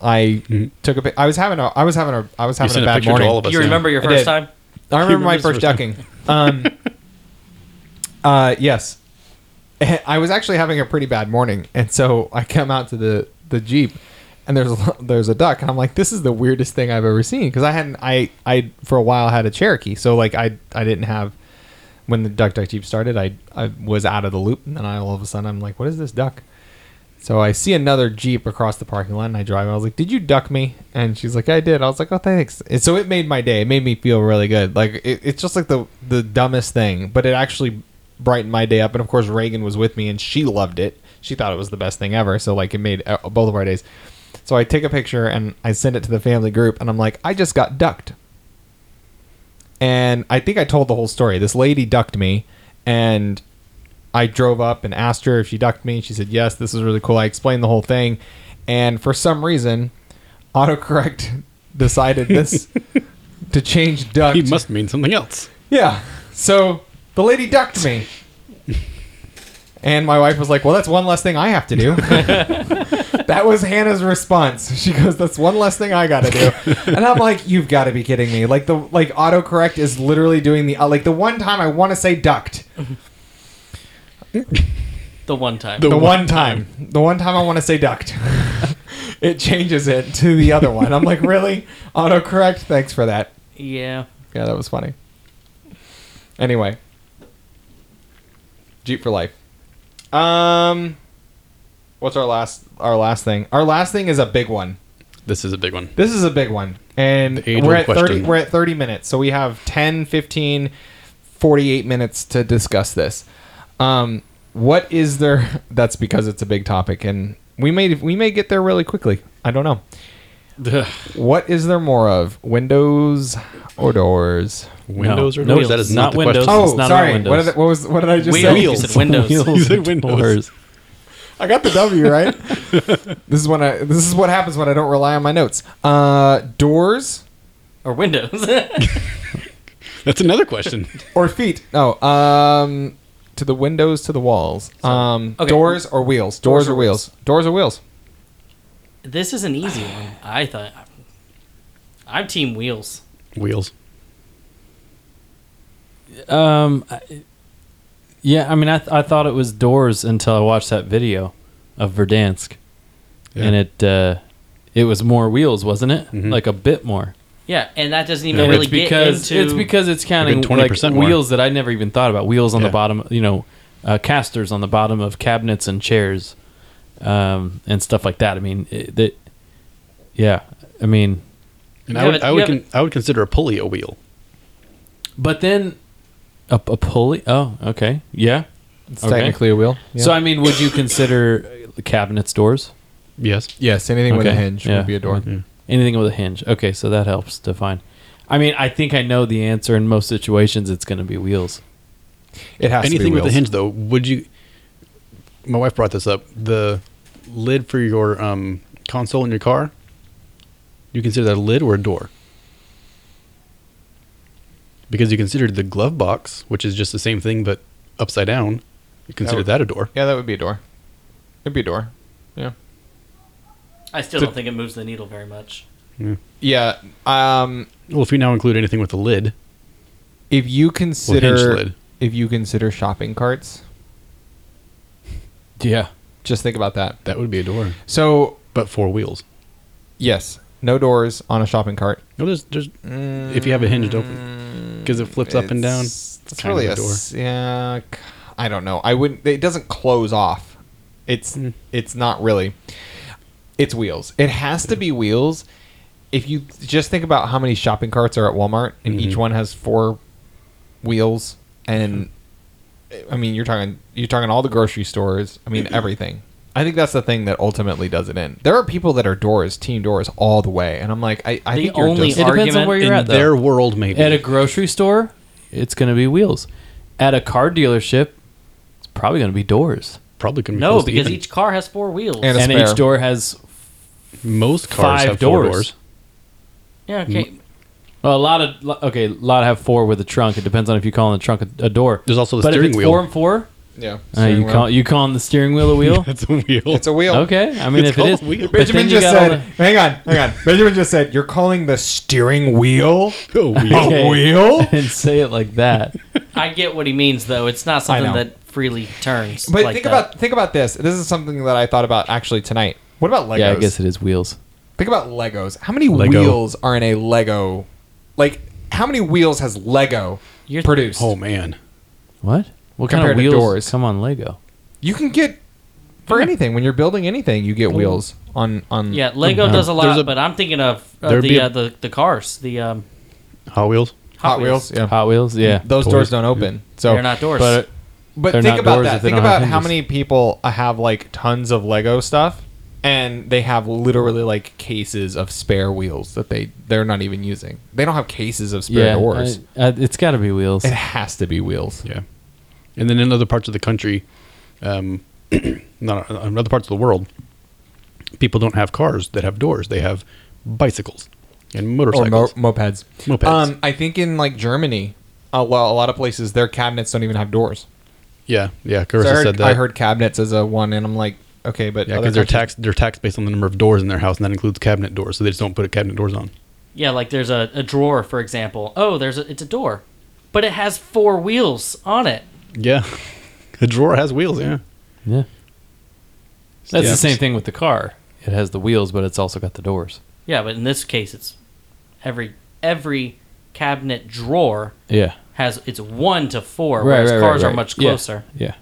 I
Mhm.
took a pic. I was having a, I was having a, I was having
sent
a
a
bad
picture to
morning.
all of us.
you
yeah.
remember your
I
first
did.
time?
I remember my first
remembers the first
ducking. Um, uh, yes, I was actually having a pretty bad morning, and so I come out to the the jeep, and there's a, there's a duck, and I'm like, this is the weirdest thing I've ever seen because I hadn't I I for a while had a Cherokee, so like I I didn't have when the duck duck jeep started, I I was out of the loop, and then I all of a sudden I'm like, what is this duck? So I see another Jeep across the parking lot and I drive. I was like, Did you duck me? And she's like, I did. I was like, Oh, thanks. And so it made my day. It made me feel really good. Like, it, it's just like the, the dumbest thing, but it actually brightened my day up. And of course, Reagan was with me and she loved it. She thought it was the best thing ever. So, like, it made uh, both of our days. So I take a picture and I send it to the family group and I'm like, I just got ducked and I think I told the whole story. This lady ducked me, and I drove up and asked her if she ducked me. She said yes. This is really cool. I explained the whole thing, and for some reason, autocorrect decided this to change duck.
He must mean something else.
Yeah. So the lady ducked me. And my wife was like, "Well, that's one less thing I have to do." that was Hannah's response. She goes, "That's one less thing I got to do." And I'm like, "You've got to be kidding me!" Like the like autocorrect is literally doing the uh, like the one time I want to say ducked.
The one time.
The
The
one
one time. The one time I want to say ducked. it changes it to the other one. I'm like, "Really? Autocorrect? Thanks for that."
yeah.
Yeah, that was funny. Anyway, Jeep for life. Um, what's our last our last thing? Our last thing is a big one.
This is a big one.
This is a big one, and
The age-old
we're at thirty.
question.
We're at thirty minutes, so we have 10, 15, 48 minutes to discuss this. Um, what is there? That's because it's a big topic, and we may we may get there really quickly. I don't know. What is there more of, windows or doors?
Windows
No,
or doors?
no,
that is
not
not, the
windows.
question.
Oh,
Oh,
it's not
sorry.
on Windows.
What, did, what was what did I just
Wheels.
say?
You said windows.
Wheels. You said windows.
Doors.
I got the W right. this is when I. This is what happens when I don't rely on my notes. Uh, doors
Or Windows.
That's another question.
or feet? No. Um, to the windows, to the walls. Um,
Okay.
doors or wheels? Doors, or wheels? Doors or wheels?
this is an easy one. I thought. I'm Team Wheels.
Wheels.
Um, I- yeah, I mean, I, th- I thought it was doors until I watched that video of Verdansk,
Yeah.
and it uh, it was more wheels, wasn't it?
Mhm.
Like a bit more.
Yeah, and that doesn't even
Yeah.
really
it's because
get into.
it's because it's counting
Even
like
20% more.
wheels that I never even thought about. Wheels on
Yeah.
the bottom, you know, uh, casters on the bottom of cabinets and chairs, um, and stuff like that. I mean, it, that, yeah, I mean,
And
You
I would,
haven't-
I
you
would,
haven't-
con- I would consider a pulley a wheel.
but then a, a pulley. Oh, okay, yeah.
It's
Okay.
technically a wheel. Yeah.
So I mean, would you consider cabinets doors?
Yes.
yes, anything with a
Okay.
hinge
Yeah.
would be a door.
Mhm. Anything with a hinge. Okay, so that helps define. I mean, I think I know the answer in most situations. It's going to be wheels.
It has to
Anything
be
with a
wheels.
hinge, though, would you? My wife brought this up. The lid for your um, console in your car. You consider that a lid or a door? Because you considered the glove box, which is just the same thing but upside down. You consider
would-
that a door.
Yeah, that would be a door. It'd be a door. Yeah.
I still don't think it moves the needle very much.
Yeah. Um,
Well, if you now include anything with a lid,
if you consider
lid.
if you consider shopping carts,
Yeah.
just think about that.
that would be a door,
So
but four wheels.
Yes. No doors on a shopping cart.
No, there's, there's if you have it hinged open, because it flips up and down.
It's, it's
kind of
really
a
a,
door.
s- yeah. k- I don't know. I wouldn't. It doesn't close off. It's
Mm.
it's not really. It's wheels. It has to be wheels. If you just think about how many shopping carts are at Walmart, and each
Mhm.
one has four wheels, and I mean you're talking you're talking all the grocery stores. I mean everything. I think that's the thing that ultimately does it in. There are people that are doors, team doors, all the way, and I'm like, I, I
The
think you're
only
just
It depends on
Argument
where you're
in
at. Though.
their world, maybe.
at a grocery store, it's going to be wheels. At a car dealership, it's probably going to be doors.
probably can be
No,
close to
because
even.
each car has four wheels.
And a
and
spare.
each door has
most cars
five
have four
doors.
doors.
yeah, okay.
Well, a lot of lo- okay, a lot have four with a trunk. It depends on if you call in the trunk a, a door.
There's also the
but
steering
if it's
wheel.
Four and four.
Yeah.
Uh, you call you calling the steering wheel a wheel?
That's a wheel.
It's a wheel.
okay, I mean
It's
if it is,
called a wheel.
but then
Benjamin
you
just
got all
said, "Hang on, hang on." Benjamin just said, "You're calling the steering wheel
a wheel.
a
Okay.
wheel?"
the- and say it like that.
I get what he means, though. It's not something
know.
that freely turns.
But
like
think
that.
about think about this. This is something that I thought about actually tonight. What about Legos?
Yeah, I guess it is wheels.
Think about Legos. How many
Lego.
wheels are in a Lego? Like, how many wheels has Lego
You're-
produced?
Oh man,
What? What
Compared
kind
to
of wheels
doors.
come on Lego?
You can get for anything when you're building anything. You get wheels on on.
Yeah, Lego
No.
does a lot,
There's a-
but I'm thinking of, of
There'd
the,
be a-
uh, the the cars, the um,
Hot Wheels.
Hot, Wheels. Yeah.
Hot Wheels, yeah.
Those
Toys.
doors don't open. So
They're not doors.
But
But
They're
think
not
about
doors
that.
if they
Think
don't have
about how
hinges.
many people have like tons of Lego stuff, and they have literally like cases of spare wheels that they they're not even using. They don't have cases of spare
yeah,
doors.
I- I- it's got to be wheels.
it has to be wheels.
Yeah, and then in other parts of the country, um, not uh, in other parts of the world, people don't have cars that have doors. They have bicycles and
Or mo-
motorcycles.
mopeds.
Mopeds.
uh, Um, I think in like Germany, a, lo- a lot of places their cabinets don't even have doors.
Yeah, yeah.
So
Carissa
I,
said
heard,
that.
I heard cabinets as a one, and I'm like, okay, but
Yeah,
other
because they're
countries-
taxed. They're taxed based on the number of doors in their house, and that includes cabinet doors. So they just don't put cabinet doors on.
Yeah, like there's a, a drawer, for example. Oh, there's a, it's a door, but it has four wheels on it.
Yeah, a drawer has wheels. Yeah,
Yeah. That's
Yeah.
the same thing with the car. It has the wheels, but it's also got the doors.
Yeah, but in this case, it's every every cabinet drawer
Yeah.
has it's one to four,
Right,
whereas
right,
cars
right,
are
right.
much
Yeah.
closer.
Yeah.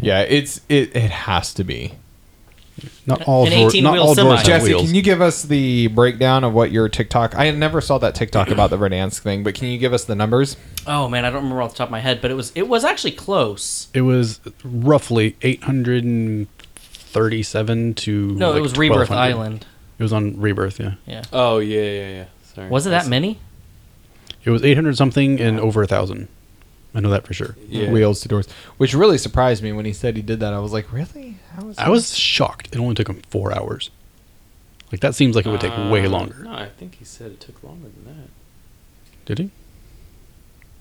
Yeah, it's it, it has to be.
not all
An
drawer,
18
not
wheel
all
semi.
drawers have
Jesse,
wheels.
can you give us the breakdown of what your TikTok? I never saw that TikTok about the Verdansk thing, but can you give us the numbers?
Oh man, I don't remember off the top of my head, but it was it was actually close.
it was roughly eight hundred and thirty-seven to
No,
like
it was Rebirth
1200.
Island.
It was on Rebirth. Yeah,
Yeah,
Oh yeah, yeah, yeah. Sorry.
was it that many?
it was eight hundred something and over a thousand. I know that for sure.
Yeah.
Wheels to doors, which really surprised me when he said he did that. I was like, really? How is
I was shocked. It only took him four hours. Like that seems like it would take way
Uh.
longer.
No, I think he said it took longer than that.
Did he?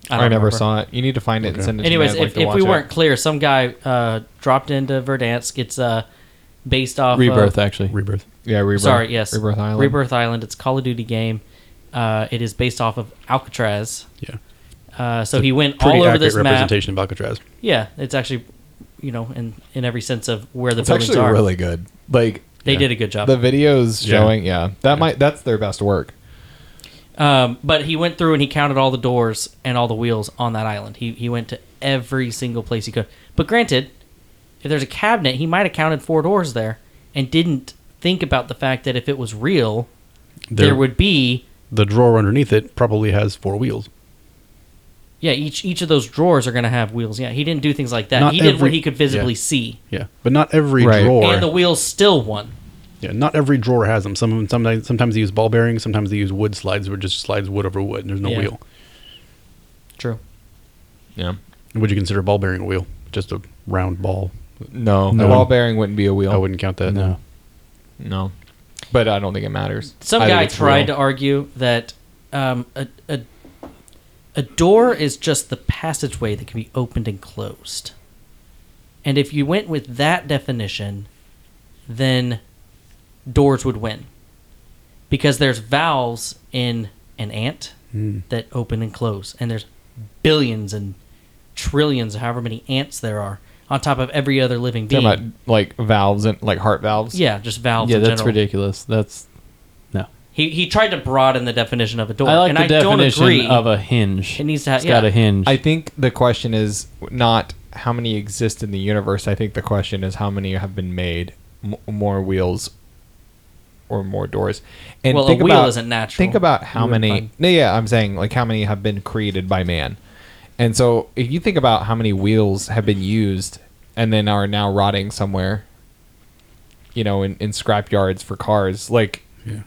I,
don't
never
remember.
saw it. You need to find it and
Okay.
send it.
Anyways,
to me. I'd like
if,
to
if we
watch it.
weren't clear, some guy uh, dropped into Verdansk. It's uh, based off of-
Rebirth actually.
Rebirth.
yeah, Rebirth.
Sorry, yes,
Rebirth Island.
Rebirth Island. It's a Call of Duty game. Uh, it is based off of Alcatraz.
Yeah.
Uh, so he went
Pretty
all over
accurate
this map.
representation of Alcatraz.
Yeah, it's actually, you know, in in every sense of where the
It's
buildings
actually
are.
really good. Like
they
yeah.
did a good job.
the videos
Yeah.
showing, yeah, that might that's their best work.
um, but he went through and he counted all the doors and all the wheels on that island. He he went to every single place he could. But granted, if there's a cabinet, he might have counted four doors there and didn't think about the fact that if it was real,
There-
there would be
The drawer underneath it probably has four wheels.
Yeah, each each of those drawers are going to have wheels. Yeah, he didn't do things like that.
Not
he did where
every-
he could visibly
yeah.
see,
Yeah, but not every
Right.
drawer.
and the wheels still won.
yeah, not every drawer has them. Some of them sometimes sometimes they use ball bearings. Sometimes they use wood slides, where it just slides wood over wood, and there's no
Yeah.
wheel.
True.
Yeah.
Would you consider a ball bearing a wheel? Just a round ball.
No,
No.
the ball bearing wouldn't be a wheel.
I wouldn't count that.
No.
No, but I don't think it matters.
Some
I think
guy
it's
tried
real.
to argue that um, a, a a door is just the passageway that can be opened and closed. And if you went with that definition, then doors would win. Because there's valves in an ant
Hmm.
that open and close, and there's billions and trillions, however many ants there are, on top of every other living being.
Talking about like valves and like heart valves.
yeah, just valves.
Yeah,
in
that's
general.
ridiculous. That's no.
He he tried to broaden the definition of a door,
I like
and
the
I don't
definition
agree.
of a hinge.
It needs to have-
It's got
yeah.
a hinge.
I think the question is not how many exist in the universe. I think the question is how many have been made, M- more wheels, or more doors. And
Well, a
think
wheel
about-
isn't natural.
Think about how
You wouldn't
many.
find-
No, yeah, I'm saying like how many have been created by man. And so if you think about how many wheels have been used and then are now rotting somewhere, you know, in, in scrap yards for cars, like
Yeah.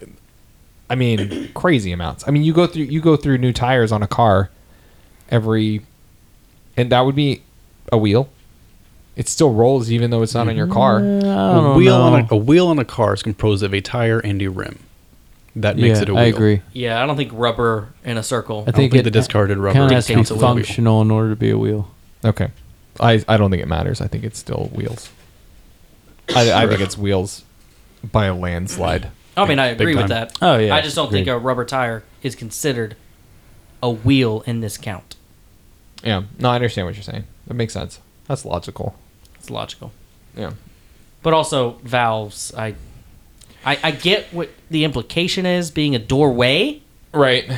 I mean, crazy amounts. I mean, you go through you go through new tires on a car every, and that would be a wheel. It still rolls even though it's not on your car.
a wheel on a, a wheel on a car is composed of a tire and a rim. That makes
yeah,
it a wheel.
I agree.
Yeah, I don't think rubber in a
I
circle.
I think,
think it-
the discarded rubber
Kind of has to be
counts as a wheel.
functional in order to be a wheel.
Okay, I I don't think it matters. I think it's still wheels. I, I think it's wheels by a landslide.
I mean, I
Big
agree with
time.
that.
Oh, yeah,
I just don't think
agreed.
a rubber tire is considered a wheel in this count.
Yeah, no, I understand what you're saying. That makes sense. That's logical.
It's logical,
Yeah,
but also valves. I, I, I get what the implication is being a doorway.
right.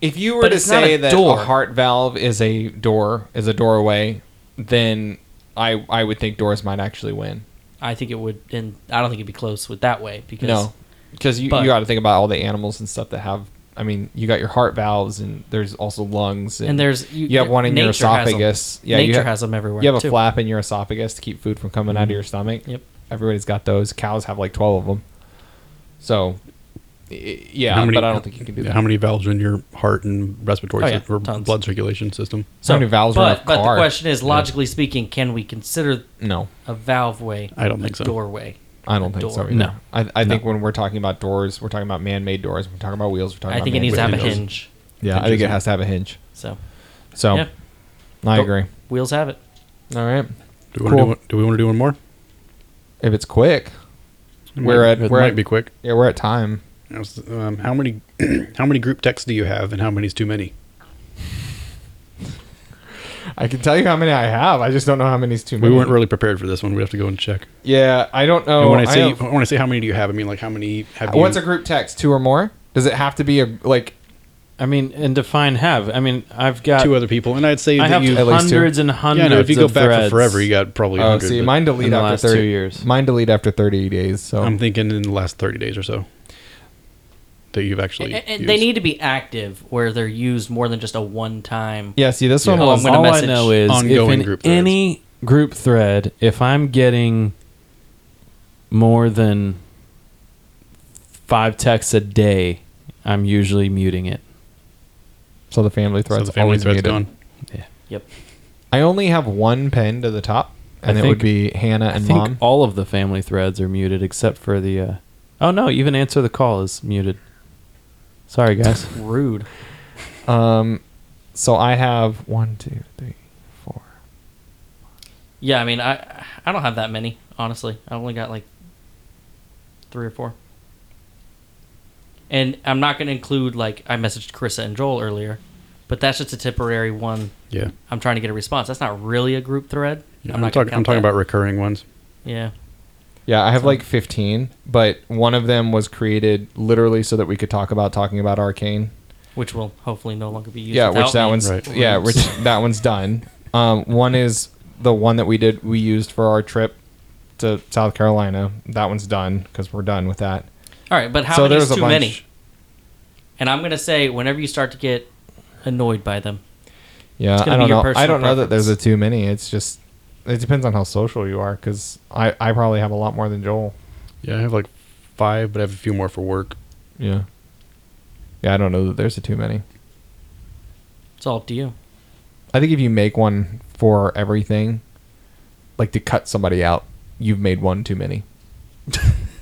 If you were
But
to
it's not
say
a
that
door.
a heart valve is a door is a doorway, then I I would think doors might actually win.
I think it would, and I don't think it'd be close with that way because
No, because you,
But-
you got to think about all the animals and stuff that have. I mean, you got your heart valves, and there's also lungs, and,
and there's
you, have one in your
nature has 'em.
esophagus. yeah,
nature
you have,
has them everywhere.
You have a
too. Mm-hmm.
flap in your esophagus to keep food from coming out of your stomach.
Yep.
everybody's got those. Cows have like twelve of them. So, i- i- yeah,
How many-
but I don't think you can do that.
How many valves are in your heart and respiratory
Oh, yeah,
system, or
tons.
blood circulation system?
How many valves are in
but,
a
but
car?
the question is, logically speaking, can we consider
No,
a valve way?
I don't
a
think so.
Doorway.
I don't
A
think so.
door.
Either.
No.
I, I think when we're talking about doors, we're talking about man-made doors. We're talking about wheels. We're talking.
I
about
think it needs to have
man-made
a
doors.
hinge.
Yeah, I think it has to have a hinge.
Oh.
So
So,
Yeah.
I
Go-
agree.
wheels have it.
All right.
Do we want to
Cool.
do, one- do we want to do one more?
If it's quick,
It
We're
might,
at-
it
we're
might
at-
be quick.
yeah, we're at time.
Um, how many how many group texts do you have, and how many is too many?
I can tell you how many I have. I just don't know how many's too many.
We weren't really prepared for this one. We have to go and check.
Yeah, I don't know.
and when I
Oh, I
say
have-
when I say how many do you have, I mean like how many have you?
what's a group text? Two or more? Does it have to be a like?
I mean, and define have. I mean, I've got.
two other people, and I'd say
I
that
have
you.
At least two.
hundreds and
Yeah,
hundreds.
no. If you go
of
back for
threads.
forever, you got probably.
Oh,
100,
see,
but
mine delete
in the
after
last
thirty
two years.
Mine delete after thirty days. So
I'm thinking in the last thirty days or so that you've actually.
And, and they
used.
need to be active where they're used more than just a one time.
yeah, see, this one
Yeah. Oh,
was
I'm gonna
all
message
I know is if
ongoing
in
group threads.
any group thread, if I'm getting more than five texts a day, I'm usually muting it.
so the family
So
thread's
the family
always
thread's
muted.
gone.
Yep.
I only have one pin to the top,
I
and it
think-
would be Hannah
I
and
think
mom.
all of the family threads are muted except for the. Uh, oh no! Even answer the call is muted. Sorry, guys.
Rude.
Um, so I have one, two, three, four.
Yeah, I mean, I I don't have that many, honestly. I only got like three or four. And I'm not going to include like I messaged Carissa and Joel earlier, but that's just a temporary one.
Yeah.
I'm trying to get a response. That's not really a group thread.
Yeah,
not
I'm,
gonna
talking. I'm
count
talking
that.
about recurring ones.
yeah.
Yeah, I have like 15, but one of them was created literally so that we could talk about talking about Arcane.
which will hopefully no longer be used.
yeah,
without
which that
me.
one's
Right.
yeah, which that one's done. Um, one is the one that we did we used for our trip to South Carolina. That one's done because we're done with that.
All right, but how
so
many
there's
is
a
too
bunch.
many? And I'm gonna say whenever you start to get annoyed by them,
Yeah,
gonna
I
be
don't
your
know. I
personal
don't know that
preference.
there's a too many. It's just it depends on how social you are because I I probably have a lot more than Joel.
Yeah, I have like five, but I have a few more for work.
Yeah. Yeah, I don't know that there's a too many.
it's all up to you.
I think if you make one for everything, like to cut somebody out, you've made one too many.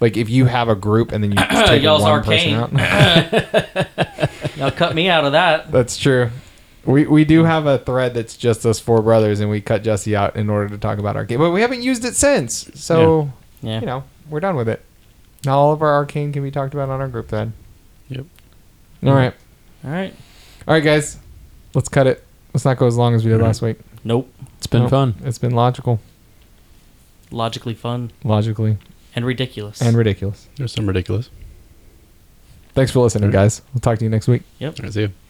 like if you have a group and then you just take
Y'all's
one
arcane.
person out.
Now cut me out of that.
That's true. We we do have a thread that's just us four brothers, and we cut Jesse out in order to talk about arcane, but we haven't used it since. So
Yeah.
you know we're done with it. Now all of our arcane can be talked about on our group thread.
Yep.
All right,
All right.
all right, guys, let's cut it. Let's not go as long as we did last week.
Nope.
It's been
No,
fun.
It's been logical,
Logically fun
logically,
and ridiculous.
and ridiculous.
There's some ridiculous.
Thanks for listening, guys. We'll talk to you next week.
I see you.